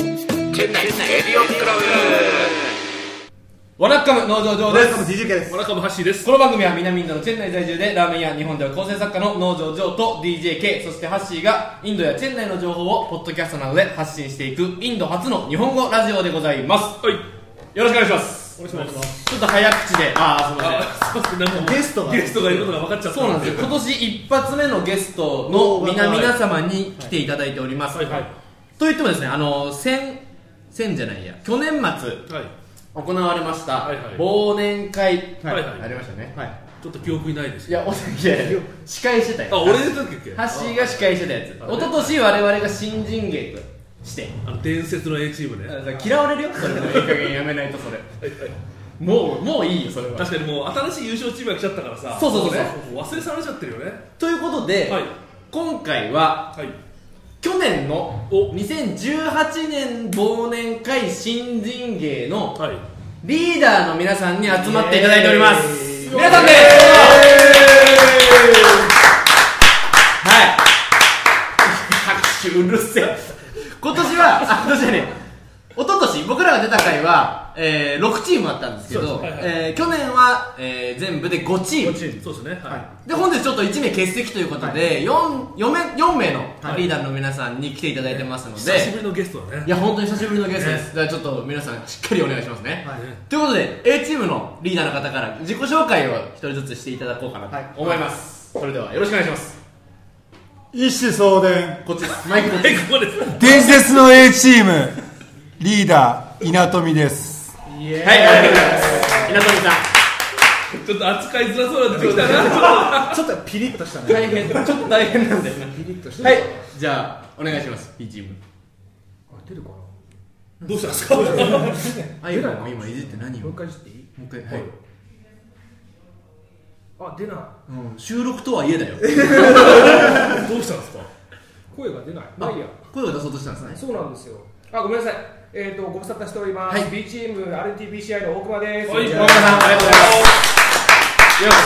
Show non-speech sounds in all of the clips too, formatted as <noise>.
店内エディオンクラワナッカム農場上ワでルカムす DJK です。村上橋ですこの番組は南インドのチェンナイ在住でラーメンや日本では構成作家の農場上と DJK そしてハッシーがインドやチェンナイの情報をポッドキャストなどで発信していくインド初の日本語ラジオでございますはいよろしくお願いしますお願いしますちょっと早口でああすいあそませんうですねなんかもうゲストがゲストがいることが分かっちゃったそうなんですよ今年一発目のゲストの皆皆様に来ていただいております、はいはいといってもですねあの先先じゃないや去年末はい行われました、はいはい忘年会、はいはいありましたね、はい。ちょっと記憶にないですいやおいやいや司会してたよあ俺の時っけハッシーが司会してたやつあ一昨年我々が新人芸としてあの伝説の A チームね嫌われるよそれもいい加減やめないとそれもうもういいよそれは確かにもう新しい優勝チームが来ちゃったからさそうそうそうそうねも忘れ去られちゃってるよねということで、はい今回ははい去年のお2018年忘年会新人芸のはいリーダーの皆さんに集まっていただいておりますイエーイ皆さんですはい拍手うるせえ今年はあ今年じゃねえ一昨年僕らが出た回は、えー、6チームあったんですけど、そうですはいはいえー去年は、えー全部で5チームそうですねはで本日ちょっと1名欠席ということで、四四 4, 名4名のリーダーの皆さんに来ていただいてますのいで、久しぶりのゲストだねいや本当に久しぶりのゲストです、ではちょっと皆さんしっかりお願いしますね、はいねということで A チームのリーダーの方から自己紹介を一人ずつしていただこうかなはいと思います、それではよろしくお願いします一子相伝。こっちですマイクこっちはいですここです伝説の A チームリーダー稲富ですはいありがとうございます稲富さちょっと扱いづらそうな出てきたなちょっとピリッとしたんね。大変ちょっと大変なんだよなピリッとした。はいじゃあお願いします B チーム出るかな。もどうしたんですかあゆらも今いじって何をもう一回していい？う一回はい、あ、出ない。うん、収録とはいえだよどうしたんですか声が出ない。まああいいや。声を出そうとしたんですねそうなんですよ。あ、ごめんなさい。えっとご無沙汰しておりまはす。い B チーム RTBCI の大熊です。はい大村さんありがとうございますようこ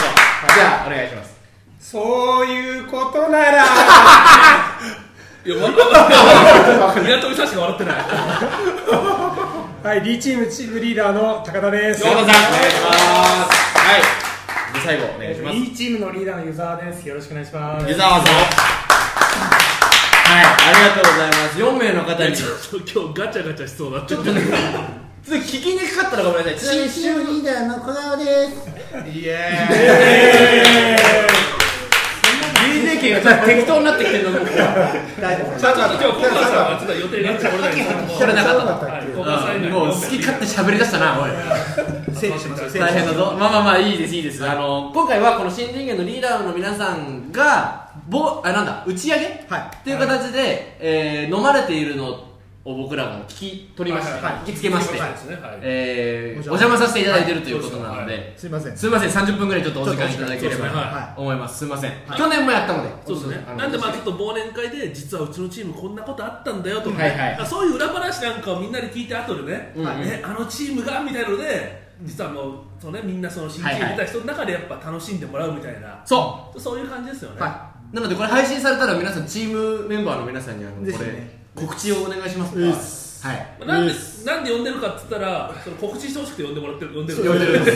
そじゃあお願いしますそういうことないら。や笑ってない港さんしか笑ってないはい、B チームチームリーダーの高田です。ようこそお願いしますはいで最後お願いします B チームのリーダーの湯沢です。よろしくお願いします。湯沢さんはいありがとうございます4名の方にちょちょっと今日ガチャガチャしそうだっとねちょっと聞きにくかったらごめんなさいちなみに新リーダーの小顔です。イエーイ DJK がちょっと適当になってきてるのも大丈夫ですちょっと今日コバさんはちょっと予定になっちゃってないんですけども聞かれなかったはいもコバさん以外う好き勝手喋りだしたなおい整理します大変だぞまあまあまあいいですいいですあの今回はこの新人芸のリーダーの皆さんがぼあなんだ打ち上げ、っていう形で、えー飲まれているのを僕らが聞き取りまして、はいはい聞きつけまして、はいそうですねはいえーおお邪邪魔させていただいているということなので、すいません。すみません30分ぐらいちょっとお時間いただけれちょばっとお時間はい思いますすみません、去年もやったのでそうですねあのなんでまあちょっと忘年会で実はうちのチームこんなことあったんだよとか、はいはいまあそういう裏話なんかをみんなで聞いて後でね,、うんうんねあのチームがみたいので実はもうその、ね、みんなその新チーム出た人の中でやっぱ楽しんでもらうみたいなそうそういう感じですよね、はい、なのでこれ配信されたら皆さんチームメンバーの皆さんにあのぜひこれ、ね告知をお願いしますうっはいまあなんでなんで呼んでるかっつったらその告知してほしくて呼んでもらってる呼んでる呼んでるんで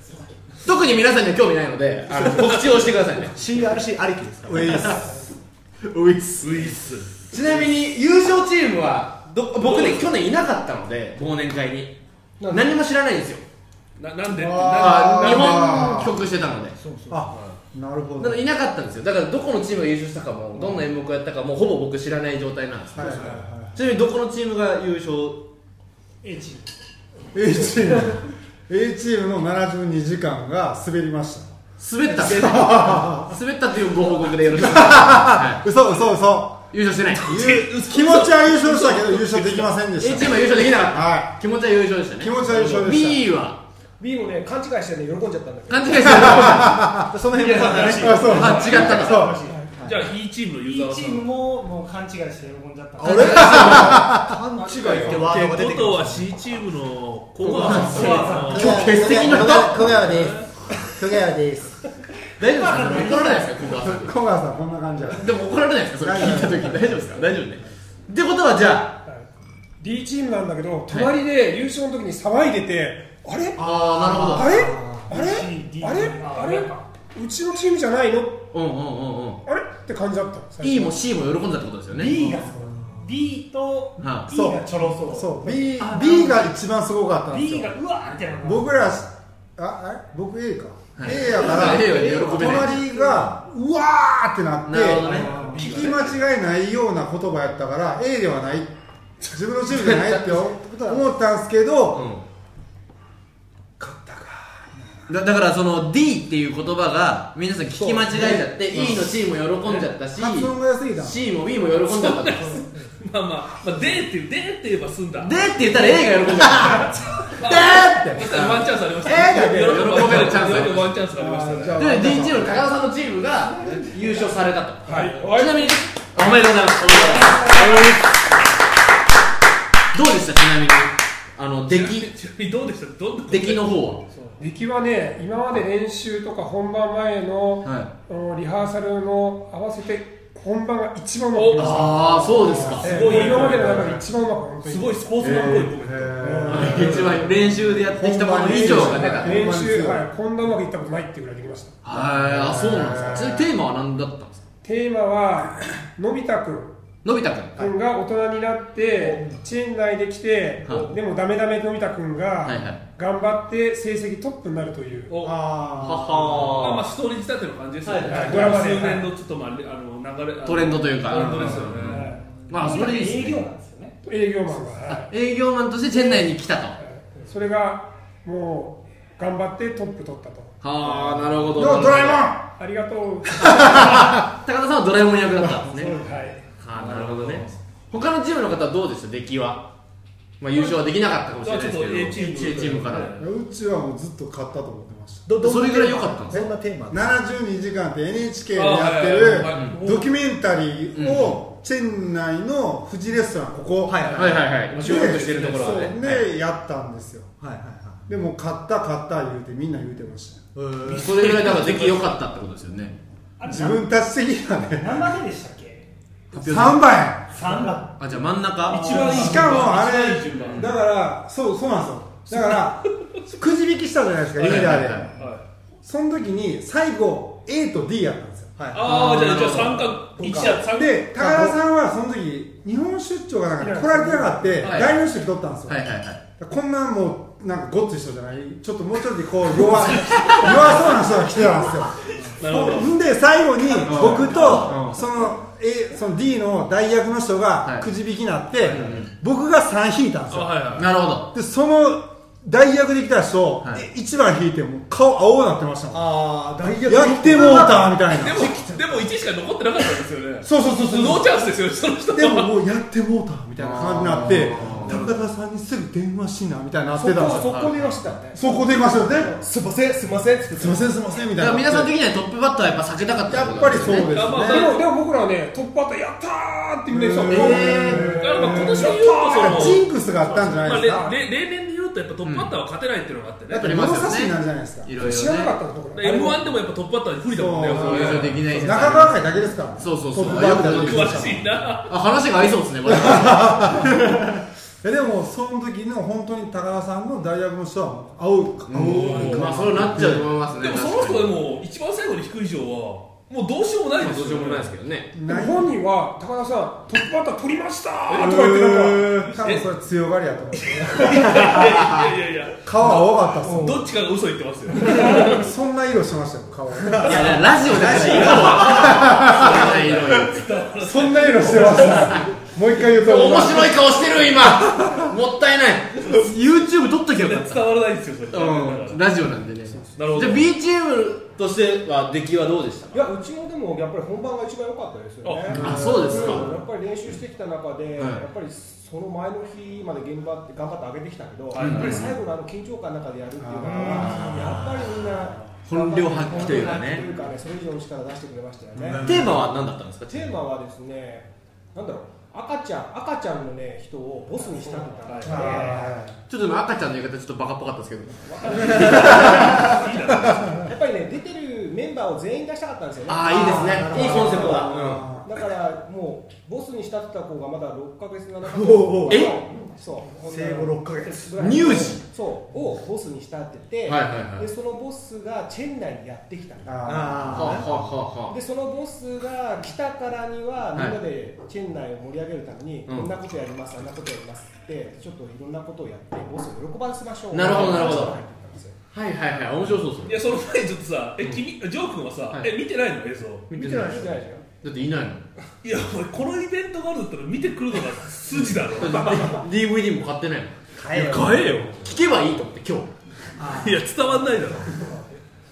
す特に皆さんには興味ないのであの告知をしてくださいね CRC ありきですから。ウェイウィスウィスちなみに優勝チームはど僕ね去年いなかったので忘年会に何も知らないんですよななんでってあーなんで日本曲してたのであ、なるほなど。のはでいいなかったんですよだからどこのチームが優勝したかもどんな演目をやったかもほぼ僕知らない状態なんですはいちなみにどこのチームが優勝 A チーム A チームの72時間が滑りまし滑った <laughs> 滑ったというご報告でよろ <laughs> しいですか、はいた嘘嘘嘘優勝してない。ゆ気持ちは優勝したけど優勝できませんで A しチーたムは優勝できなかった。は気持ちは優勝でしたね。気持ちは優勝でした B は B もね、勘違いしてね、喜んじゃったんだけど。勘違いしてた。いその辺もあそうあそうあ違ったのそうじゃあ E チームのユーザーいいさチんームももう勘違いして喜んじゃったあれ勘違いってワードが出てき元まはし C チームの小川さんはた。今日欠席の人小川小川です。小川です。 <laughs> 大丈夫ですか。怒られないですか、ここは。小川さんこんな感じやでも怒られないですか、それ聞いた時、大丈夫ですか。大丈夫ね。ってことはじゃあ。 D チームなんだけど隣で優勝の時に騒いでて、あれああれあれ D あれあれうちのチームじゃないのーなるほどうんうんうんうんあれって感じだったの最初 E も C も喜んだってことですよね B がすごい B とは E がちょろそうそう B, あ B が一番すごかったんです B よがうわーってなる僕らああれ僕 A か、はい A やから A は喜べない隣がうわーってなってなるほどね聞き間違いないような言葉やったから A ではない自分のチームじゃないって思ったんですけど、だだからその D っていう言葉が皆さん聞き間違えちゃって E の C も喜んじゃったし発音が良すぎた C も B も喜んじゃったでまあまあ、まあ、でっていう、でって言えば済んだ。って言ったら A が喜んじゃっ <laughs> まだってそしたらワンチャンスありましたえだけど喜べるチャンス喜べるチャンスありました喜べるワンチャンスありましたねあじゃあたで D チームの高田さんのチームが優勝されたとはいちなみにおめでとうございますおめでとうございますどうでしたちなみにあの出来ちなみにどうでしたどんなこと出来の方は出来はね今まで練習とか本番前の、はあのリハーサルの合わせて本番が一番うまくいきましたああそうですかえーすごい今までの中で一番うまく本当にすごいスポーツマンっぽいコメント一番練習でやってきたもの以上が出たい練ほん習まにすごいはいこんなうまくいったことないっていうぐらいできましたはいあそうなんですかちなみにテーマは何だったんですかテーマはのび太くんのび太くん君が大人になってチェーン内で来て、はいでもダメダメのび太君がはいはい頑張って成績トップになるという、おはあまあまあはストーリー仕立ての感じですよね、はいはいこれは数年のちょっとまああの流れあのトレンドというかトレンドですよね、まあそれでいいですね営業なんですよね営業マンが、はい営業マンとして店内に来たとそれがもう頑張ってトップ取ったとはあなるほーどどうドラえもんありがとう、高田さんはドラえもん役だったんですねはい、はあなるほどね他のチームの方はどうでした出来はまあ優勝はできなかったかもしれないですけどじゃあちょっと A チーム A チームからうちはもうずっと勝ったと思ってましたそれぐらい良かったんですそんなテーマ72時間って NHK であやってはいはいはいるドキュメンタリーをチェン内の富士レストランここはいはいはいはい収録してるところはねはいでやったんですよはいはいはでも買った買った言うてみんな言うてましたよいそれぐらいだから出来良かったってことですよねあれ自分たち的にはね何番目でしたっけ3番や3番あじゃあ真ん中一番いい順番しかもあ一番いい順番れだからそうそうなんですよだからくじ引きしたじゃないですかリーダはいはいーではいその時に最後 A と D やったんですよああじゃあじゃあ三角一や三角で高田さんはその時日本出張がなんか来られてなかってはい大日出取ったんですよ、はいはいはいこんなもうなんかごっつい人じゃないちょっともうちょっとこう弱 <laughs> 弱そうな人が来てたんですよなるほどんで最後に僕うとんその A その D の代役の人はがいくじ引きになって僕が3引いたんですあよはいはいなるほどでその代役で来た人はい1番引いてもう顔青になってましたもんああ大逆やってもうたみたいなでもでも1しか残ってなかったんですよねそうそうそうそうノーチャンスですよねその人でもはもうやってもうたみたいな感じになって高田さんにすぐ電話しなみたいになってたんですよこでよしたねそこでいましたよねすいませんすいませんってすいませんすいませんみただいからな皆さん的にはトップバッターはやっぱ避けたかったやっぱりそうですねあまあでもでも僕らはねトップバッターやったーってみんな言ってたのだえからまあ今年で言うなんかとそジのンクスがあったんじゃまなあいですかれれ例年で言うとやっぱトップバッターは勝てないっていうのがあってねやっぱり物差しになるじゃないですかいろいろ知らなかっねたの僕ら m 1でもやっぱトップバッターに不利だもんねそう優勝できない説中川会だけですからそうそうそうトップバッターよだくけわで詳すかしいなあ話が合いそうですねこれらえでもその時の本当に高田さんの大学の人はもう青い顔うんまあそうなっちゃうと思いますねでもその人でも一番最後に低い以上はもうどうしようもないですよどうしようもないですけどねでも本人は高田さんトップバッター取りましたーとかとか言言っなんかっててなんか多分それ強がりやと思ういやいやいや顔青かったっすも <laughs> んどっちかが嘘言ってますよそんな色してましたよ顔いやいやラジオだから色をそんな色をそんな色してましたもう一回言うと面白い顔してる <laughs> 今もったいない YouTube 撮っときゃよかった <laughs> 伝わらないですよそれうんラジオなんでねなるほどじゃあ B チームとしては出来はどうでしたいやうちもでもやっぱり本番が一番良かったですよね。あそうですかうんやっぱり練習してきた中で、はいやっぱりその前の日まで現場って頑張って上げてきたけど、はいやっぱり最後のあの緊張感の中でやるっていうのは、やっぱりみんな本領発揮というかね本領発揮というかねそれ以上の力出してくれましたよね。テーマは何だったんですかテーマはですね、なんだろう。赤ちゃん赤ちゃんのね人をボスに仕立てたんで、ちょっと今赤ちゃんの言い方ちょっとバカっぽかったですけどやっぱりね出てるメンバーを全員出したかったんですよね。ああいいですねいいコンセプトだだからもうボスに仕立てた子がまだ6ヶ月7ヶ月えそう生後6ヶ月乳児そうをボスに仕立てて、はいはいはいでそのボスがチェン内にやってきたんだはあはははでそのボスが来たからにはみはいんなでチェン内を盛り上げるために、うんこんなことやりますあんなことやりますってちょっといろんなことをやってボスを喜ばせましょうなるほどなるほどそう入ってったんですよはいはいはい面白そうそいれやその前にちょっとさえ君ジョー君はさ、はいえ見てないの映像見見ててなないい見てないでしょだっていないのいやお前このイベントがあるんだったら見てくるのが筋だろ DVD も買ってないのいや買えよ聞けばいいと思って今いや伝わんないだろ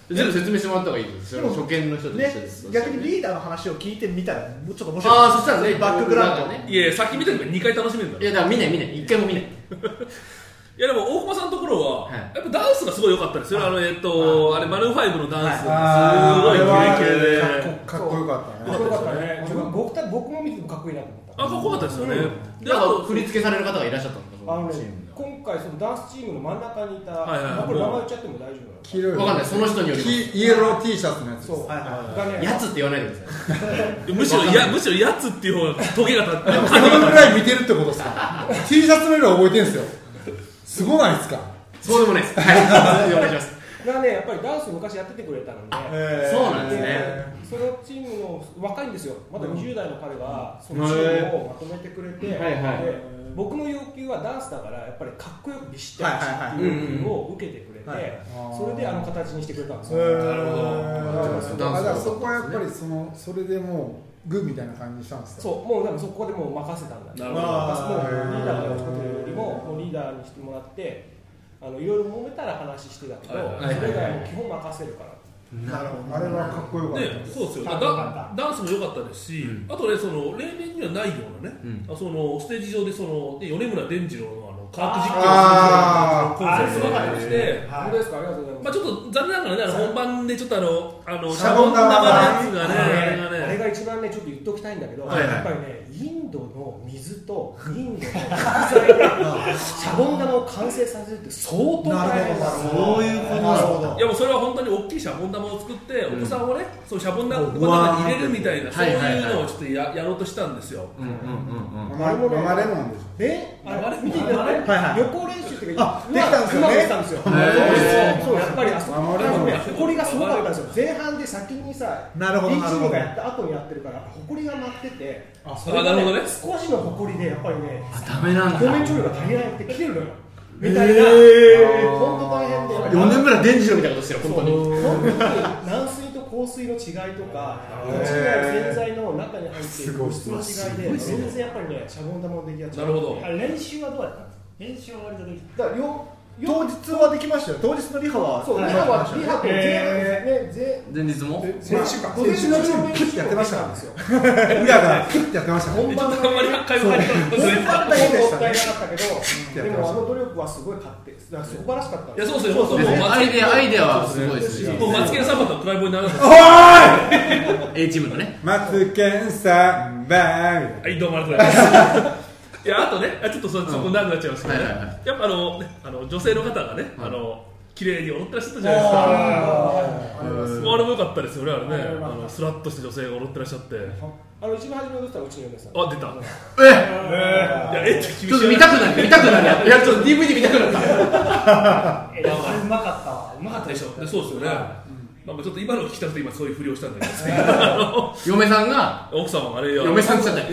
日全部説明してもらった方がいいですよ初見の人と一緒です、逆にリーダーの話を聞いてみたらもうちょっと面白いああそしたらねバックグラウンドねいやいやさっき見たのが2回楽しめるんだいろやだから見ない見ない一回も見ないいやでも大久保さんのところは、はいやっぱダンスがすごい良かったですよあのえっとあれマルーンファイブのダンスあーあれがすごいキレキレではかっこかっこよかったかねっこよかったね僕僕た僕も見ててもかっこいいなと思ったあかっこよかったですよね、でだあからと振り付けされる方がいらっしゃったんだそあののねチームで今回そのダンスチームの真ん中にいた、はいはいはいまあこれ名前言っちゃっても大丈夫なの黄色いわかんないその人によりますきイエロー T シャツのやつそう、はいはいはいがねやつって言わないでくださむしろやむしろやつっていう方がトゲが立ってでもそれぐらい見てるってことですか T シャツの色覚えてんすよすごないですかいそうでもないですはいお願いしますがねやっぱりダンスを昔やっててくれたので、そうなんですねそのチームの若いんですよ、まだ20代の彼がそへのーチームをまとめてくれて、はいはいで僕の要求はダンスだから、やっぱりかっこよくビシッとやるっていう要求を受けてくれて、それであの形にしてくれたんですよ。なるほどだからそこはやっぱりそのそれでもうグーみたいな感じにしたんですかそうもうでもそこでもう任せたんだなるもほどうリーダーがやることよりももうリーダーにしてもらってあのいろいろ揉めたら話してたけど、はいはいそれ以外はもう基本任せるからなるほどあれはかっこよかったねで、すそうですよかダっこよかダンスも良かったですし、うんあとねその例年にはないようなね、うんあそのステージ上でそので米村伝次郎のあの科学実あ験をするようなコンセプトがありまして、本当ですかありがとうございます、まあ、ちょっと残念ながらねあの本番でちょっとあのあのシャボンシャボン玉玉のやつがねあれあがれねあれが一番ね、ちょっと言っときたいんだけど、はいはいやっぱりね、インドの水とインドの食材でシャボン玉を完成させるって相当大変なるほそどういうことなるほどいやもうそれは本当に大きいシャボン玉を作って、んお子さんをねそうシャボン玉うの中に入れるみたいな、わーそういうはいはいのをはいちょっとややろうとしたんですよ。うんうんうんうんママママレモンでしえあれ見ていたあだいれて、はいはい予行練習っていうかあできたんですよねうまくできたんですよへそうそうやっぱりあそこあ守れるのね埃がすごかったんですよ前半で先にさなるほど B チなるーほムどがやった後にやってるから埃が舞っててあそあなるほどね少しの埃でやっぱりねあダメなんだ表面張力が足りなくて来てるのよみたいな、本当大変で4年ぐらい伝次郎みたいなことしてる本当に本当に軟水と硬水の違いとか、違い洗剤の中に入っている物質の違いで、全然やっぱりね、シャボン玉の出来が違う。なるほどあれ練習はどうやったんですか練習は割とできだからよ当日はできましたよ当日のリハはそう、リハは、リハと全部、ね、全前日もょ先週か午前先中週のの練習プッてやってましたんですよ。た裏がプッてやってました本ちょ番っのとあんまり回復入りたくない本番だけもったいなかったけど、うんでもあの努力はすごい勝って、だから素晴らしかったんいやです。そうですよ、本当もう松アイデアアイデアはすごいですねもうマツケンサンバとクライボーにならなかっおーい A チームのねマツケンサンバーた。みたいなはい、どうもありがとうございます。いや、あとね、あちょっとそそこ長くなっちゃいますけどね、はいはいはやっぱあの、ね、あの女性の方がね、あの綺麗に踊ってらっしゃったじゃないですか。ああれはすごいあれも良かったですよね、あれね、ああのスラッとした女性が踊ってらっしゃって。ーあの一番初めに出てたのうちの嫁さん。あ、出た。えいや、えって厳しいちょっと見たくなる見たくなるいやちょっと DVD 見たくなったたえそれうまかったわうまかったででししょょでそうですよね、なんかちょっと今のを聞きたくて今そういうふりをしたんだけど嫁さんが奥様はあれよ嫁さん来ちゃったよ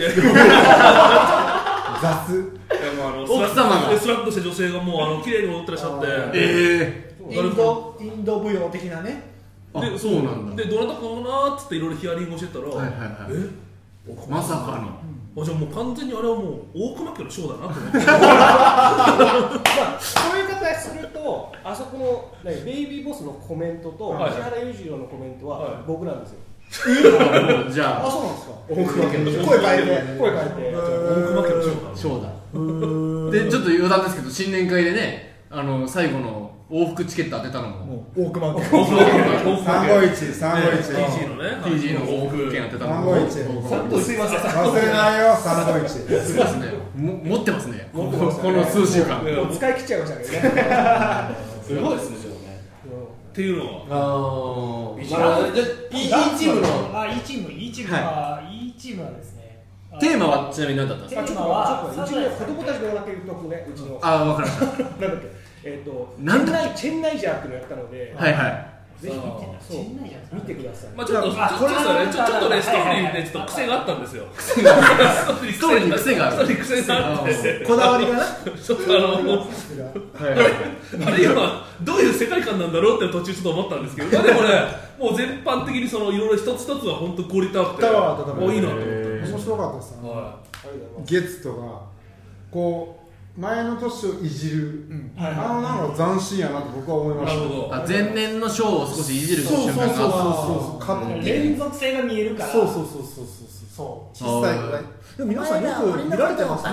雑奥様がスラッとした女性がもうあの綺麗に踊ってらっしゃってえインドインド舞踊的なねーあそうなんだでどなたかなっつっていろいろヒアリングをしてたら、はいはいはえいまさかのあじゃあもう完全にあれはもう大熊家のショーだなと思ってまあ、そういう形すると、あそこの、ね、ベイビーボスのコメントと、はい石原裕次郎のコメントははい僕なんですよ。 <laughs> じゃああそうなんですか大熊家の声変えて声変えて。大熊家のショーだなショーだでちょっと余談ですけど新年会でねあの最後の往復チケット当てたのも大熊家大熊家の三五一三五一 TG のね TG の往復券当てたの三も五一すいません。忘れないよ三五一すごいですねも持ってますねこのこの数週間もう使い切っちゃいましたけどね。すごいですねでもねっていうのはあーなるほどねじゃあ PG チームのあ E チーム E チームは E チームはですねテーマはちなみに何だったんですあちょっとちょっとうちの子供たちのお腹いるとこねうちのかあ分かりまし <laughs> なんだっけえっとなんだっチェンナイチェンナイジャーっていうのやったのでたはいはいぜひチェンナイジャー見てくださいまあちょっと、ちょあこれっとね、ちょはちょっとね、ストーリーはいね、ちょっと癖があったんですよ。ストーリーに癖があるストーリーに癖があっあて、こだわりがなちょっとあの、あれ今、どういう世界観なんだろうって途中ちょっと思ったんですけど、まあでもね、もう全般的にそのいろいろ一つ一つは本当クオリティアップで、タワーとかもういいなと思って。面白かったですねは月とかこう前の年をいじる、はいあのなんか斬新やなと僕は思いいまなしるたほど。あ前年のショーを少しいじるそうそう瞬そう間そうがそうかぶって連続性が見えるからそうそうそうそうそうそう小さいぐらいでも皆さんよく見られてますね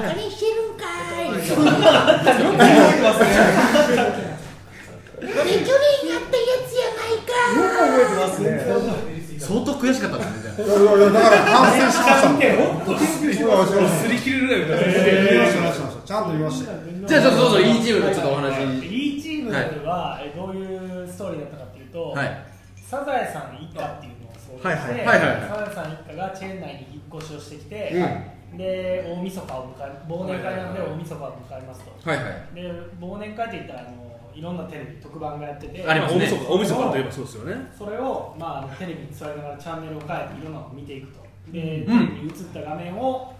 相当悔しかったんですねじゃいやいやいやだから反省しました見てよ擦り切れるぐらいみたいな。見ました見ましたちゃんと見ましたあじゃあちょっとどうぞ E チームのちょっとお話 E チームはえどういうストーリーだったかっていうと、はいサザエさん一家っていうのを想像して、はいはいはいはいサザエさん一家がチェーン内に引っ越しをしてきて、で大晦日を迎え忘年会なので大晦日を迎えますと、はいはいで忘年会っていったらあのいろんなテレビ特番がやっててありままあす大ね晦日、大晦日といえばそうですよね。それを、まああの、テレビに座りながらチャンネルを変えていろんなのを見ていくとで、テレビに映った画面を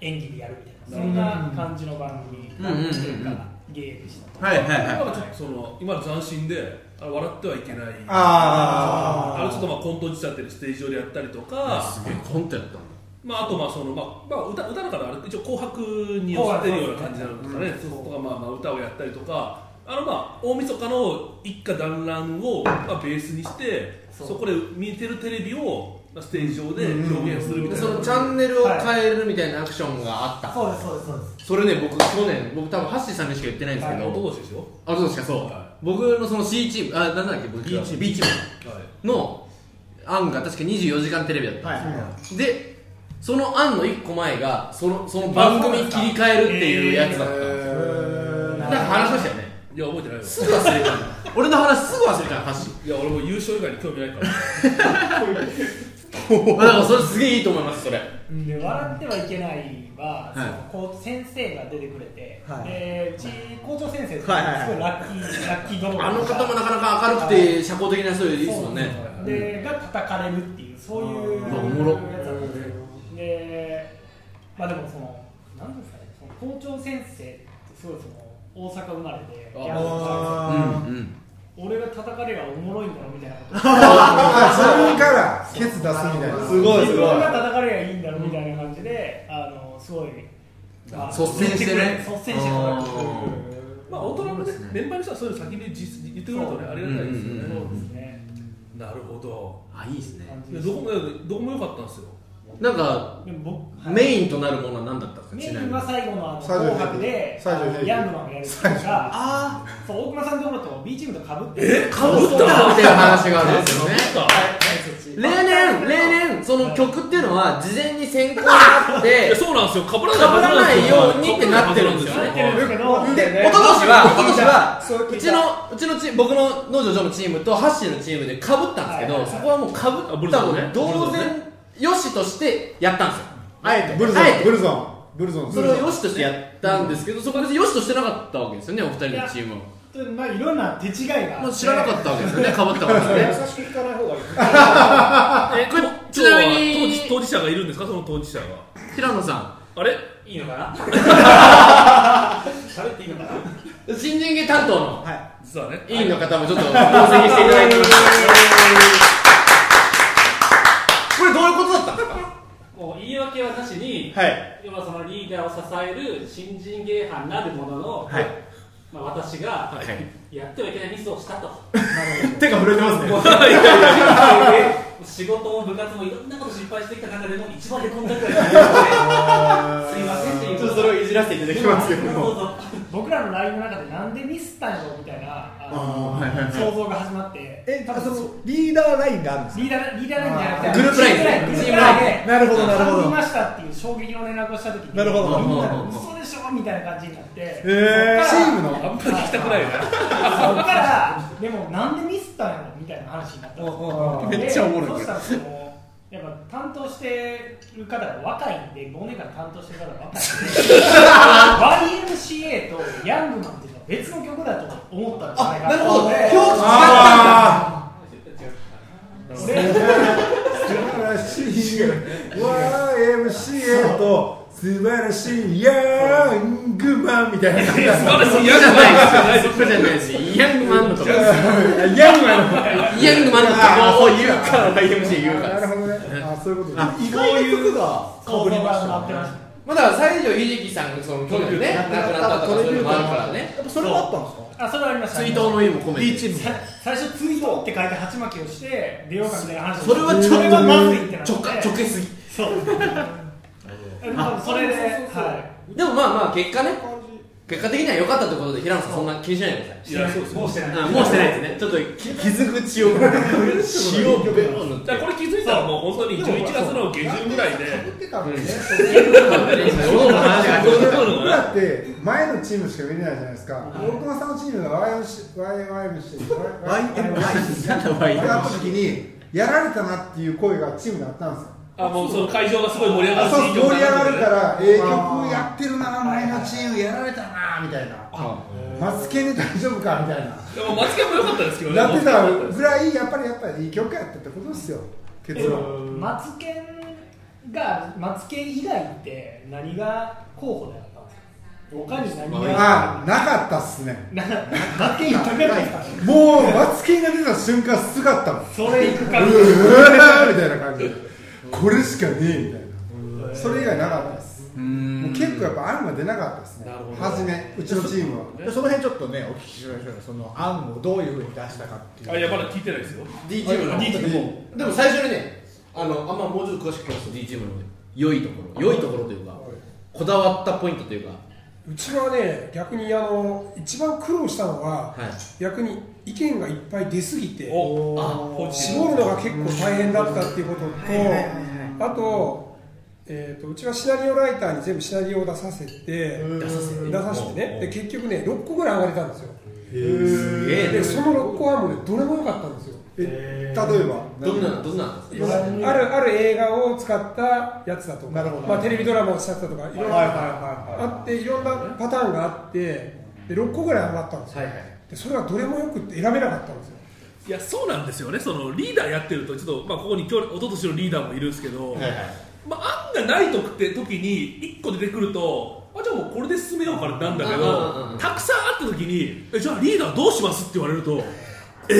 演技でやるみたいな、そんな感じの番組うとんうんうんうんいうかゲームでしたはいはいなんかはちょっとその今の斬新であの笑ってはいけないああれちょっとまあコント仕立てでステージ上でやったりといか、すげえコントやったんだまあ、あとまあその、まあまあ、歌歌だからあれ一応紅白に寄せてるような感じなんですかね、そうとかまあまあ歌をやったりとかあのまあ大晦日の一家団らんをまあベースにしてそこで見てるテレビをまあステージ上で表現するみたいな、そのチャンネルを変えるみたいなアクションがあったそうですそうですそうですそれね僕去年僕多分ハッシーさんにしか言ってないんですけど男同士ですよ、はあそうですかそう、は僕のその C チームあなんだっけ僕 B チーム B チームの案が確か24時間テレビだったんですよ、でその案の1個前がそのその番組切り替えるっていうやつだったんですよ、なんか話しましたよねい、いや覚えてないよすぐ忘れた俺の話すぐ忘れたのハ <laughs> ッシーいや俺も優勝以外に興味ないからあだからそれすげえいいと思いますそれで笑ってはいけないは、はそのこう先生が出てくれて、はいでうち校長先生すごいはいはいはいラッキー、ラッキー泥棒あの方もなかなか明るくて社交的な人でいいですもんねでが叩かれるっていうそういうやうわおもろつだったんですよでまあでもそのなんですかねその校長先生ってすごいその大阪生まれでギャルのうさんうん俺が叩かれがおもろいんだろうみたいなことあ自分からケツ出すみたいなすごい自分が叩かれりゃいいんだろみたいな感じで、あのすごい、まあ率先してね率先して叩くあ <laughs> まあ大人のね、年配の人はそういうの先に実言ってくれるとね、ありがたいですよね。うんうんそうですねなるほど。あいいですね感じででどこもどこも良かったんですよ。なんかでも僕はいメインとなるものは何だったんですかメちイなみンには最後のあの西城秀樹紅白西で城秀樹ヤングマンがやるとかあそう大熊さんのところと B チームとかぶっあてかぶったみたいな話があるんですよ <laughs> ねそう例年例年その曲っていうのは事前に選考があっいて <laughs> やでそうなんですよ。被ら被らなないいようにってなってるんですよねやってるんですけど一昨年は一昨年はうちのうちのチーム僕の農場上のチームとハッシーのチームでかぶったんですけはいどそこはもうかぶったのあブルゾンね同然よしとしてやったんですよあえてブルゾあえンてブルゾンブルゾンそれをよしとしてやったんですけどそこ別によしとしてなかったわけですよねお二人のチームはまあいろんな手違いがあまあって知らなかったわけですよねかぶったからですね優しく聞かない方がいいえこれちなみに当時当事者がいるんですかその当事者が。平野さあれいいのか <laughs> な喋っていいのかなん新人芸担当の実はね。委員の方もちょっと同席していただいてますこれどういうことだったんですかもう言い訳はなしに、はい要はそのリーダーを支える新人芸犯なるものの、はいまあ、私がはいやってはいけないミスを <laughs> したと、手が震えてますね仕事も部活もいろんなこと失敗してきた中でも一番へこんだくらいのすいませんっていうことれをいじらせていただきますけどもどうぞ僕らの LINE の中でなんでミスったんやろみたいなあの想像が始まってえそのリーダーラインがあるんですリーダーリーダーラインじゃなくてグループラインねグループラインでなるほどなるほ頼みどましたっていう衝撃の連絡をした時になるほどみんな嘘でしょみたいな感じになってそっえーチームあんのまり聞きたくないよね。からでもなんでミスったんやろみたいな話になったんですうよんうんうんでめっちゃおもろいそしたらそのやっぱ担当してる方が若いんで、5年間担当してる方が若いんで、YMCA とヤングマンっていうのは別の曲だと思ったんじゃないかなるほど、と。表記違ったんだ。ああ素晴らしい YMCA と素晴らしいヤングマンみたいな感じだっ素晴らしいやじゃないですよそうじゃないです。ヤングマンのとこ。たヤングマンの方ヤングマンのとこを言うから、YMC 言うかなら。るほどねあそういうことね意外な曲がそう、被りましなたってました。まあだから西条秀樹さんがその去年ね、亡くなったとかそういうのもあるからね。やっぱそれもあったんですかあ、それはありました。追悼の意も込めて。 B チームさ最初、追悼って書いて鉢巻きをして、出ようかみたいな話をそれはちょっとそれはまずいってなって。直下直下すぎ。そう。多分それで、はでもまあまあ結果ね、結果的には良かったということで、平野さんそんな気にしないでくださいい。やそうですもうしてないあもうしてないですね。ちょっとき傷口を、塩をベロ塗ってだ。からこれ気づいたらもう本当に11月の下旬ぐらいでってたもんねそういうもの僕がねらって前のチームしか見れないじゃないですか大熊さんのチームが YMCA やった時にやられたなっていう声がチームであったんですよあもうその会場がすごい盛り上があるそう盛り上がるから、ええあー曲やってるな、前のチームやられたな、みたいな、マツケンで大丈夫かみたいな、でも松木も良かったですけどねやってたぐらい、やっぱりやっぱりいい曲やったってことですよ、い。結で論。も、マツケンが、マツケン以外って何が候補であったんですか他に何が。あ、なかったっすね、なマツケン行ったぐらいですかもうマツケンが出た瞬間、すがったもん、うそれ行くかーみたいな。みたいな感じで、これしかねえみたいな、それ以外なかったです、もう結構やっぱ、アンが出なかったですね、初め、うちのチームは。でその辺ちょっとねお聞きしましょうよその案をどういうふうに出したかっていうあいやまだ聞いてないですよ D チームの D チームもうでも最初にねあのあんまもうちょっと詳しく話すと D チームの良いところ良いところというかこだわったポイントというかうちはね逆にあの一番苦労したのは、はい逆に意見がいっぱい出すぎておあ絞るのが結構大変だったっていうことと、あと,、えー、とうちはシナリオライターに全部シナリオを出させて出させてねで結局ね6個ぐらい上がれたんですよすげえねでその6個はもうねどれも良かったんですよえ例えばどんなどんなのあるある映画を使ったやつだとかなるほどまあ、テレビドラマを使ったとかいろいろあっていろんなパターンがあってで6個ぐらい上がったんですよ、でそれがどれもよくって選べなかったんですよいやそうなんですよねそのリーダーやってるとちょっと、まあ、ここに今日一昨年のリーダーもいるんですけど、まあ、案がないとって時に1個出てくるとあじゃあもうこれで進めようかなってなんだけうんうんうんうどんたくさんあった時にえじゃあリーダーどうしますって言われるとえ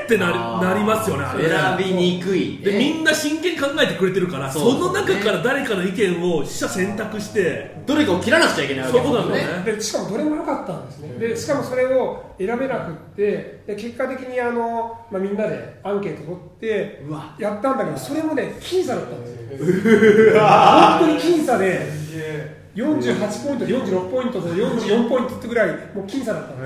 ーってなりなりますよねあれね選びにくいでみねんな真剣に考えてくれてるからそそのう中から誰かの意見を取捨選択してどれかを切らなくちゃいけないわそうけいうことなんだよねでしかもどれも良かったんですね、でしかもそれを選べなくって、で結果的にあの、まあ、みんなでアンケート取ってうわやったんだけど、それもね、僅差だったんですよ、本当に僅差で、48ポイント、46ポイントと44ポイントってぐらい、もう僅差だったんです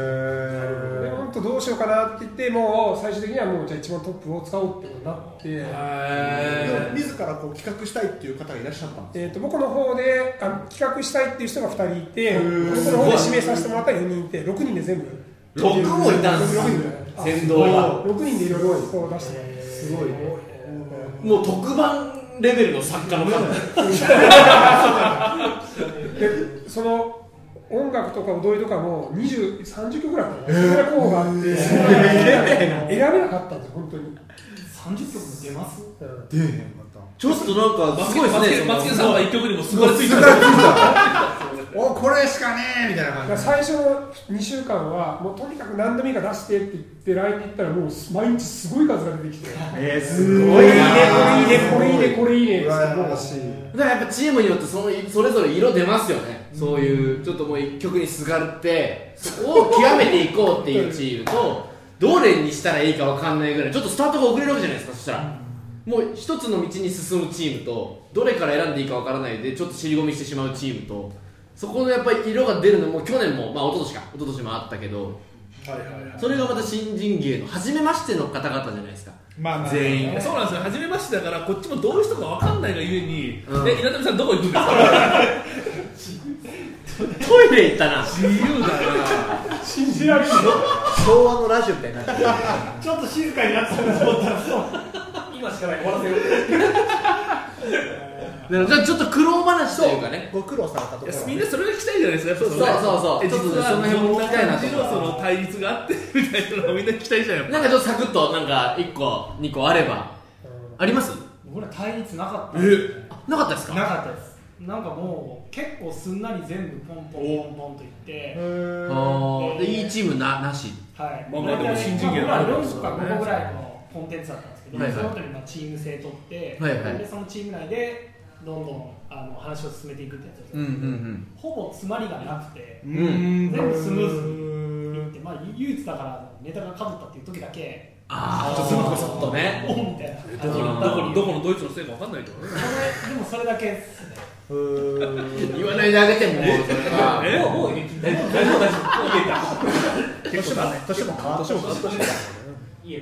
よで、本当、どうしようかなって言って、もう最終的にはもう、じゃあ一番トップを使おうってことになって。でも自らこう企画したいっていう方がいらっしゃったんですえー、と僕の方であの企画したいっていう人が2人いて僕の方で指名させてもらったら4人いて6人で全部僕もいたんですよ先導は6人でいろいろこう出してすごいもう特番レベルの作家の方でその音楽とか踊りとかも20 30曲ぐらいあったかなそれが候補があって選べなかったんですよ本当に、 30曲も出ますうん出えへんかったちょっとなんかすごいですねマツケンさんは1曲にもすごいついてするがついたおこれしかねえみたいなだ感かじら最初の2週間はもうとにかく何でもいいから出してって言って来年行ったらもう毎日すごい数が出てきてえー、すこごれいいねここれれいいねこれいいねこれいいね羨ましいだからやっぱチームによってそのそれぞれ色出ますよね、そういうちょっともう一曲にすがってそこを極めていこうっていうチームとどれにしたらいいかわかんないぐらいちょっとスタートが遅れるわけじゃないですかそしたら、もう一つの道に進むチームとどれから選んでいいかわからないでちょっと尻込みしてしまうチームとそこのやっぱり色が出るのも去年もまあ一昨年か一昨年もあったけどそれがまた新人芸の初めましての方々じゃないですかまあ全員いやそうなんですよ初めましてだからこっちもどういう人かわかんないがゆえに、うんえ稲富さんどこ行くんですかトイレ行ったな自由だよ信じられない。昭和のラジオみたいになってるちょっと静かになってたと思ったら、そう今今しかない終わらせようじゃあちょっと苦労話というかねご苦労されたとこいろやはみねんなそれが聞きたいじゃないですかそうそうそう実ちょっとねはその辺もどん聞きたいなと感じのその対立があってみたいなのをみんな聞きたいじゃんやっぱなんかちょっとサクッとなんか1個2個あればあります僕ら対立なかったあなかったですかなかったですなんかもう結構すんなり全部ポンポンポンポンといってあーでいいチームななしはいまあまあでも新人芸まなんあだ4か5個ぐらいのコンテンツだったんですけど、はいはいその後にまあチーム制取って、はいはいでそのチーム内でどんどんあの話を進めていくってやつだったんうんでうすけど、んほぼ詰まりがなくてうんうん全部スムーズにいって、まあ、唯一だからネタがかぶったっていう時だけああちょっとこそっとねおっみたいなどこのあーどこのどこのドイツのせいかわかんないけどねでもそれだけですね言わないであげてももうそれはえもうもう大丈夫大丈夫大丈夫もう出年たもね年も変わったもいいえ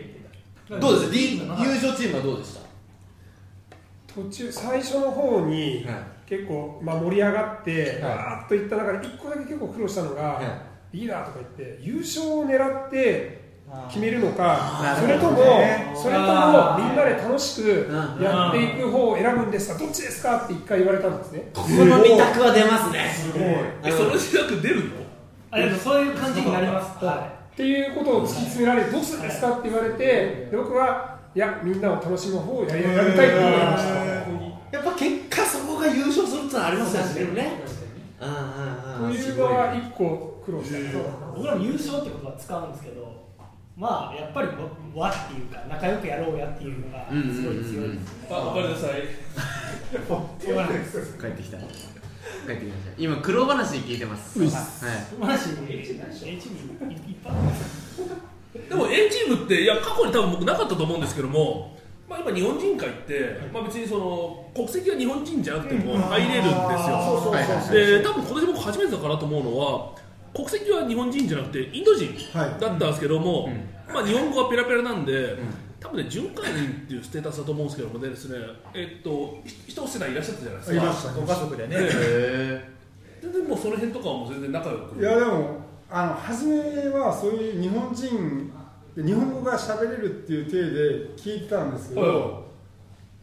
出たどうです D 優勝チームはどうでした途中最初の方にはい結構、まあ、盛り上がってはいわーっといった中で一個だけ結構苦労したのが、いリーダーとか言って優勝を狙って決めるのあかーそれとも、なるそれともあーみんなで楽しくうんやっていく方を選ぶんですかどっちですかって一回言われたんですねこの2択は出ますねすえその自宅出るのあでもそういう感じになりますはっていうことを突き詰められてどうするんですかって言われてで僕はいやみんなを楽しむ方をやりやりたいって思いましたやっぱ結果そこが優勝するってのはありますよねうんうんとうんいうのは一個苦労したけどい僕らも優勝ってことは使うんですけどまあやっぱり和っていうか仲良くやろうやっていうのがすごい強いですねあごめんなさい言わないです帰ってきた帰ってきました今苦労話聞いてますはいマジで H にいっぱいあるんですよでも A チームっていや過去に多分僕なかったと思うんですけども、まあ、今日本人会って、まあ、別にその国籍が日本人じゃなくても入れるんそうそうそうですよで多分今年僕初めてだからと思うのは国籍は日本人じゃなくてインド人はいだったんですけども、まあ、日本語がペラペラなんで、多分ね巡回員っていうステータスだと思うんですけどもねですねえっとひ一世代いらっしゃったじゃないですかいましたねご家族でねでへ全然もうその辺とかはもう全然仲良くいやでもあの初めはそういう日本人日本語が喋れるっていう体で聞いてたんですけど、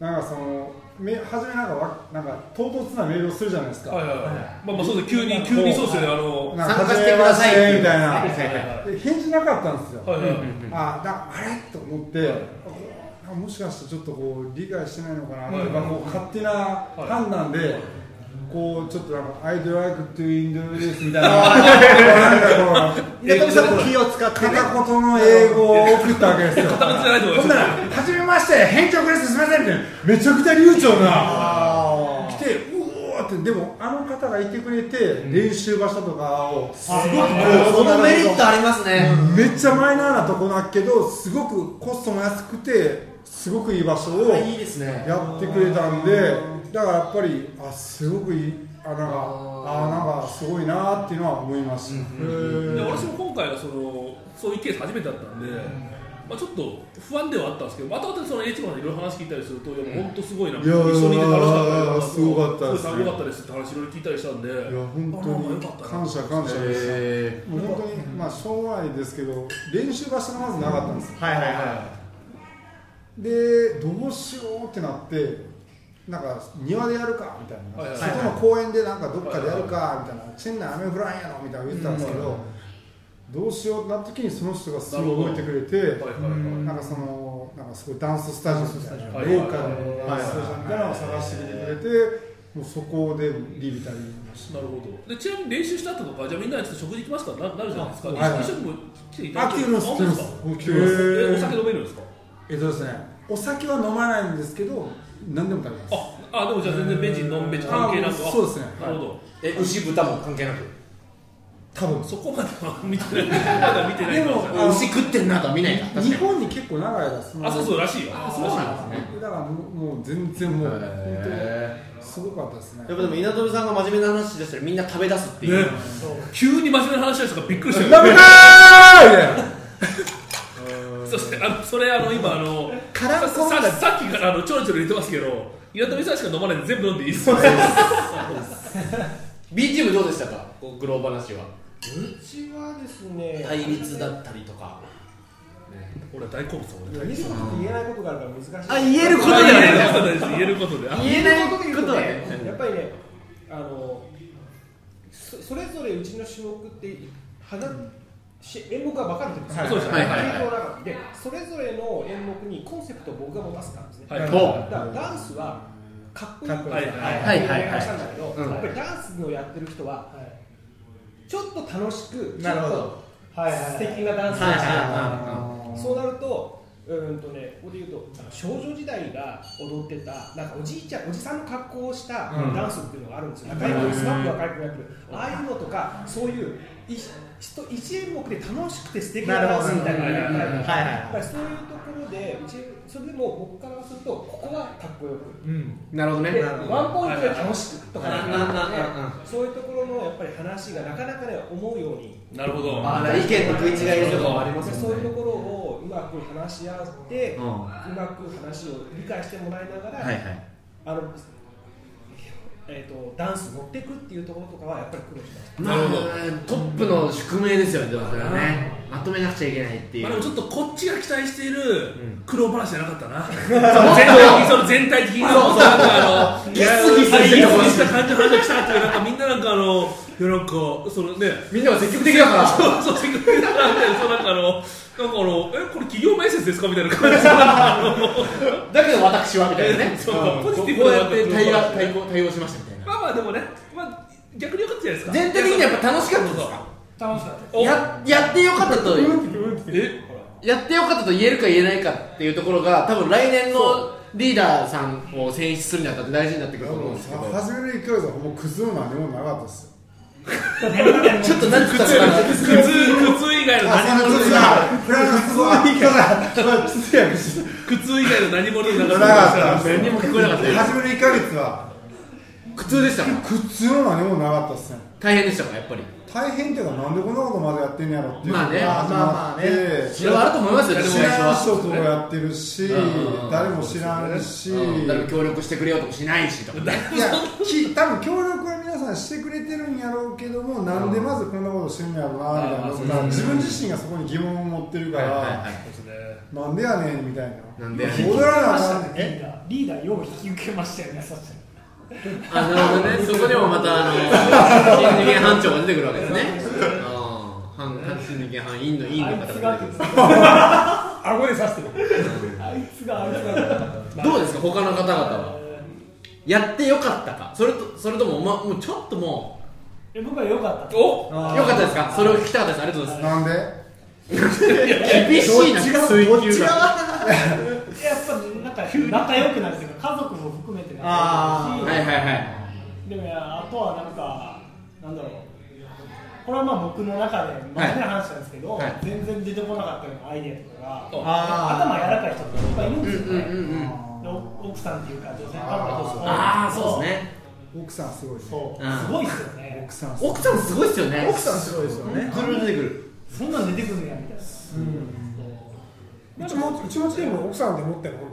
はなんかそのめ初めなんかわなんか唐突なメールをするじゃないですか、はいはいはい、まあまあそうです急に急にそうですよねあのなんか参加してください初めましてみたいな、はいはいはで返事なかったんですよ、はいはいはいあだあれと思って、あもしかしてちょっとこう理解してないのかなとか、はいはいはいこう勝手な判断で、こうちょっとなんか「I do like to introduce」みたいな <laughs> なんかこう中見さんも気を使ってね片言の英語を送ったわけですよ片言じゃないと思いまほすんなら「はじめまして返却ですすみません」みたいなめちゃくちゃ流暢な来てうおーってでもあの方がいてくれて練習場所とかをすごくこうそのメリットありますねめっちゃマイナーなとこだけどすごくコストも安くてすごくいい場所をあいいですねやってくれたんでだからやっぱりあすごくいいあなんかあなんかすごいなっていうのは思いました、で私も今回はそのそういうケース初めてだったんで、まあ、ちょっと不安ではあったんですけど、また私、その H マンでいろいろ話聞いたりすると、いやもう本当すごいな、い一やー緒にいて楽しかったよすごかったでですすごねい寒かったですって話、いろいろ聞いたりしたんで、いや本当に感謝感謝でした、へもう本当にまあ将来ですけど練習場所がまずなかったんですよはいはいはでどうしようってなってなんか庭でやるかみたいな、はいはい外の公園でなんかどっかでやるかみたいな、チェン内雨降らんやろみたいな言ってたんですけど、どうしようってなった時にその人がすごい動いてくれはいてはいはいなんかそのなんかすごいダンススタジオみたいな、はいはいローカルのダンススタジオみたいなのを探してきてくれて、もうそこでリビタリーにましなるほどでちなみに練習した後とか、じゃあみんなでちょっと食事行きますかななるじゃないですか、はいはい一緒にも来ていただいた。て、あて本当まですすかもう来てますえお酒え飲めるんですかっとですね、お酒は飲まないんですけど、何でも食べます。ああ、でもじゃあ全然ベンチ、ノンベンチ関係なく、あそうですねあなるほど、え牛豚も関係なく多分そこまでは見て <laughs> ない、まだ見てないかもしれないあの牛食ってんなとは見ないな確か日に本に結構長い間住まあ、れそてうそうらしいよ、そうなんですねだからもうもう全然もう本へ当にすごかったですねーやっぱでも稲富さんが真面目な話でしたらみんな食べ出すっていう、ね急に真面目な話ですからびっくりしたよダメだーそしてあのそれあの今あのカラさコンさださっきからあのちょろちょろ言ってますけど稲富さんしか飲まないんで全部飲んでいいですよ B チームどうでしたかこうグローバ話はうちはですね対立だったりとか俺は大好物俺は大好見ることと言えないことがあるから難しいあ言えるこ物とじゃ言えないることです言えることであ言えないことはねやっぱりね、あのそそれぞれうちの種目って花、し演目が分かれてるんですよ、そうですねはいはいはい系統の中でそれぞれの演目にコンセプトを僕が持たせたんですね、はいほうだからダンスはかっこいいってはいはいはいはいお願したんだけど、うんやっぱりダンスのやってる人はちょっと楽しく、ちょなるっほどとはいはい素敵なダンスをはいしてはいそうなると、うーんとね、ここで言うと、あの少女時代が踊ってた、なんかおじいちゃん、おじさんの格好をしたダンスっていうのがあるんですよ。赤い子、スナップ若い子がやってる、ああいうのとか、そういう。い一一演目で楽しくて素敵なダンスみたいなのがやりたいはいだはいからそういうところで、うちそれでも僕からすると、ここはかっこよく、なるほどねでワンポイントで楽しくとか、はいはいなんかねうんうんうんそういうところのやっぱり話がなかなかね、思うようになるほどあー意見の食い違いとかもありますでよねそういうところをうまく話し合って、ううんまく話を理解してもらいながら、はいはいあのえー、とダンス持っていくっていうところとかはやっぱり苦労しますまあトップの宿命ですよねでもそれはねまとめなくちゃいけないっていまうあ、でもちょっとこっちが期待しているん苦労話じゃなかったな、全体的にその全体的にそうなんかあのギスギスはいし <laughs> ギスてギるとこスした感じの話が来たっていうなんかみんななんかあのいやなんかそのねみんなが積極的だからそうそう積極的だなみたいなそうなんかあのなんかあのえこれ企業面接ですかみたいな感じでなんかあのだけど私はみたいなねそうポこジうティブなやって対なん話か対抗対応しましたみたいまなあまあでもねまあ逆に良かったじゃないですか全体的にやっぱ楽しかったですか楽しかったですおややってよかったとえやってよかったと言えるか言えないかっていうところが多分来年のリーダーさんを選出するにあたって大事になってくると思うんですけど初めの1ヶ月はもう崩るのは何もなかったですよちょっとなんつったのかな靴靴以外の何物にフランスは靴は靴やし靴以外の何物にななかかった何も聞こえなかったです初めの1ヶ月は苦痛でしたか靴の何もなかったっすね大変でしたかやっぱり大変っていうかなんでこんなことまでやってんやろっていうまあねまあねそれはあると思いますよでも知最初らんは人ともやってるしうん誰も知らんしうん誰も協力してくれようともしないしとかねいやき多分協力は皆さんしてくれてるんやろうけどもなんでまずこんなことしてるんやろうなみたいなのが自分自身がそこに疑問を持ってるかはいはいらはいなんでやねんみたいななんで踊らなあかんねんリーダーリーダーよう引き受けましたよねそしたらあなるほど <laughs> ね、そこでもまたあの新次元班長が出てくるわけですね。うん班新次元班員の委員の方が出てくる。顎で刺してるあいつがあいつ <laughs> がどうですか他の方々は。やってよかったか、それとそれともまもうちょっともえ僕は良かったおうよかったですか。それを聞きたかったです。ありがとうございまなんです。厳しいな追求が。やっぱなんか仲良くなるというか家族も含めて仲良くなはいるしはいはい。でもあとはなんか、なんだろう、これはまあ僕の中で真面目な話なんですけど、はいはい全然出てこなかったようなアイデアとかが、あ頭柔らかい人っていっぱいいるんですよね、うんうんうん。でお奥さんっていうか、女性の方とああそうですね。奥さんすごいねそう、うんすごいですよね、奥さんすごい奥さんすごいですよね。奥さんすごいですよねそれも出てくる。そんなん出てくるんやみたいな、うちもうちのチーム奥さんで持ってるもんだ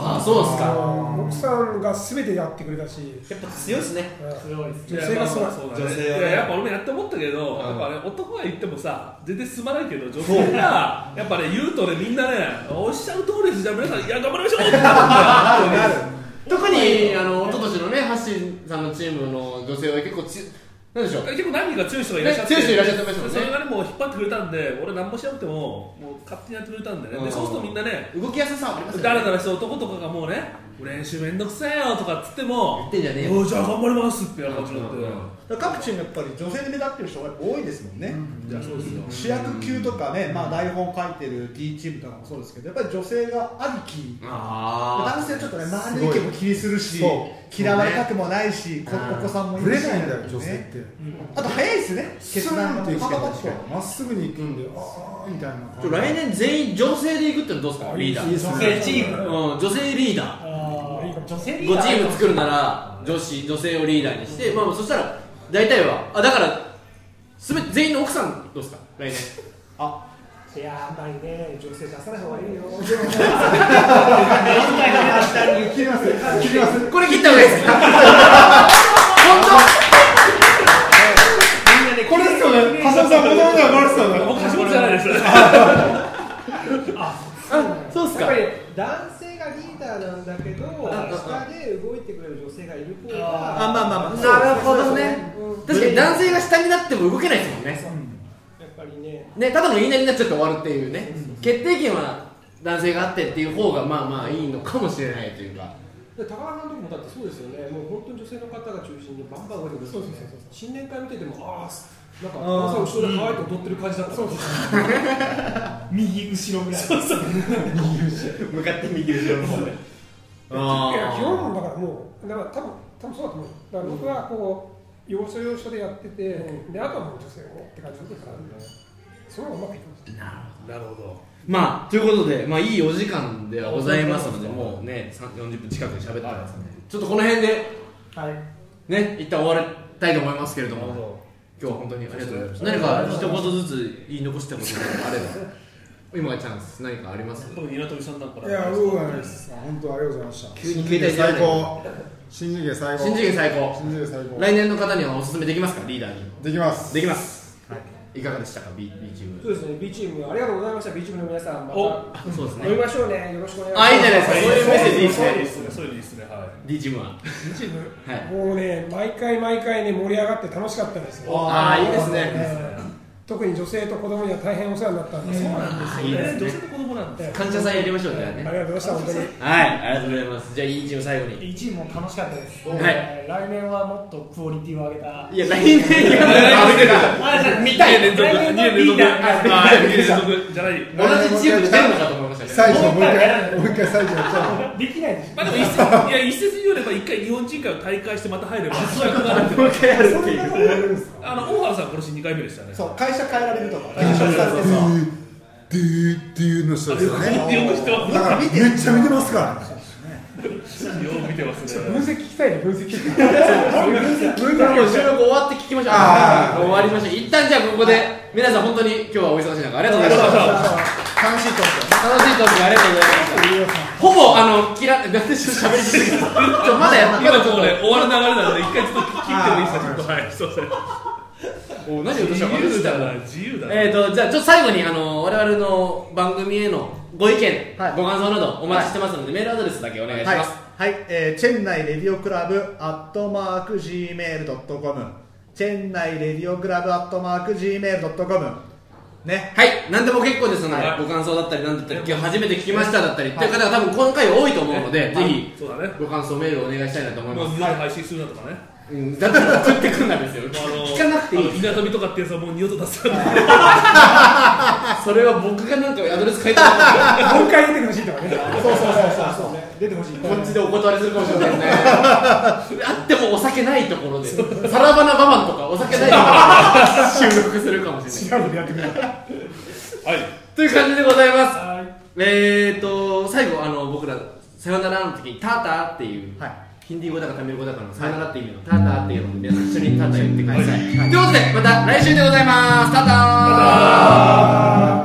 ああそうですか。奥さんが全てやってくれたしやっぱ強いですね。強いですね。女性がそういやまあまあだそうだねいややっぱ俺もやって思ったけど、やっぱね男が言ってもさ全然進まないけど女性がやっぱね言うとねみんなねおっしゃる通りですじゃあ皆さんいや頑張りましょうってなるんだよね特にあの一昨年のね、ハッシーさんのチームの女性は結構ち、なんでしょう、結構何人か強い人がいらっしゃって、ね強い人いらっしゃってましたもんねそれがねもう引っ張ってくれたんで俺何もしなくてももう勝手にやってくれたんでね、うんでそうするとみんなね動きやすさはありますよね。だらだらした男とかがもうね練習めんどくさいよとかっつって言っもてんじゃねえよ。おじゃあ頑張りますってやる感じになって、だから各チームやっぱり女性で目立ってる人が多いですもんね、じゃあそうですよ主役級とかね、まあ、台本書いてる D チームとかもそうですけどやっぱり女性が兄貴あ男性はちょっとね周りの意見も気にするしそ嫌われたくもないし、こうんお子さんもいぶるれしないんだよ女性ってあと早いですね決決断断がっていうパかパパッとまっすぐに行くんでああみたいなあ。ちょ来年全員女性で行くってのどうですか、リーダー。女性チーム、うん、女性リーダー。あー女性リー5ダチームー作るなら、女子、女性をリーダーにして、まあそしたら、大体は、あ、だから、すべて全員の奥さんどうですか、来年。いやあんまりね、女性出さない方がいいよ、切ります切りますこれ切った方がいいですかこれですよね橋本さんこの問題はこれですよね僕橋本じゃないですあまあまある方がまあなるほどねそうですね確かに男性が下になっても動けないですもんねやっぱりねねただの言いなりになっちゃって終わるっていうね決定権は男性があってっていう方がまあまあいいのかもしれないというかで高原さんの時もだってそうですよねもう本当に女性の方が中心にバンバン動いてくるんですよね新年会見ててもああなんか高原さん後ろで可愛く踊ってる感じだったそうです右後ろぐらい向かって右後ろの方でいや基本だからもうだから多分多分そうだと思うだから僕はこう要所要所でやってて、であとはもう女性をって感じだったから、その方がうまくいきましたなるほどまあということで、まあ、いいお時間ではございますのでもうねさん40分近く喋ってますねちょっとこの辺ではいね一旦終わりたいと思いますけれども今日は本当にありがとうございました何か一言ずつ言い残したことがあれば今がチャンス何かあります特に稲富さんなんかいや、僕はないです。本当ありがとうございました。急に携帯じゃない最高。新次元最高。新次元最高新次元最高。来年の方にはおすすめできますかリーダーにできます。できます、い、かがでしたか B, B チーそうですね B チームありがとうございました B チームの皆さんまたムそうです飲みましょうねよろしくお願いしますあいいじゃないですかそういうメッセージいいですそういねうですねそういうのいいですねは D チームは B チーはムいもうね毎回毎回ね盛り上がって楽しかったですよああいいですね特に女性と子供には大変お世話になったんで、そうなんですいいでい女すね性と子供なんで感謝祭やりましょうじゃあありねがとうございました本当にはいありがとうございますじゃあ E チーム最後にいいチームも楽しかったです、はいえー来年はもっとクオリティを上げたいや来年やるかあじゃあ見たい連続来年の2年連リー続ダーはい2年連続じゃない同じチームで出るのかと思いました最ね初もう一回、もう一回最初やっちゃできないでしょまあでも一説いや一説によれば一回日本人会を退会してまた入ればそういうことがあるもう一回やるっていうあの大原さん今年2回目でしたねそう会社変えられるとか会社されてう。るドとかゥー、ドゥーっていうの人ですよね。よく知ってまだから、めっちゃ見てますから。すよう見てますね分析聞きたいね分析聞きたいもう収録終わって聞きましょうあー終わりましょう一旦じゃあここで皆さん本当に今日はお忙しい中ありがとうございました楽しいと思って。楽しいトークありがとうございました。ほぼあの嫌い、なんでちょっと喋りすぎてる。ちょまだやって今る。のとこ <laughs> ろね終わる流れなので一回ちょっと聞いてもいいですかちょっとはいそうそうお何をどうしたか忘自れ由てただな自由だなえーとじゃあちょっと最後にあの我々の番組へのご意見、はいご感想などお待ちしてますので、メールアドレスだけお願いしはいます。、はいえーチェンナイレディオクラブアットマーク Gmail.com チェンナイレディオクラブアットマーク Gmail.com ねはい、何でも結構ですので、はいご感想だったり何だったり今日初めて聞きましただったりっていう方が多分今回多いと思うので、ぜひそうだねご感想メールお願いしたいなと思いもうます。二度と配信するなとかねうん、だったら送ってくんなんですよ。あの聞かなくていいあの。稲富とかってやつはもう二度と出さないそれは僕がなんかアドレス変えたら。もう一回出てほしいとかねそうそうそうそう出てほしいこっちでお断りするかもしれないですね。あってもお酒ないところで、サラバナババンとかお酒ないところで収録するかもしれない。違うのでやってくれはいという感じでございます。はいえーと、最後、あの、僕ら、さよならの時に、ターターっていう、はいヒンディー語だかタミル語だかのさよならっていう意味の、ターターっていうのを皆さん一緒にターター言ってください。ということで、また来週でございます。ターター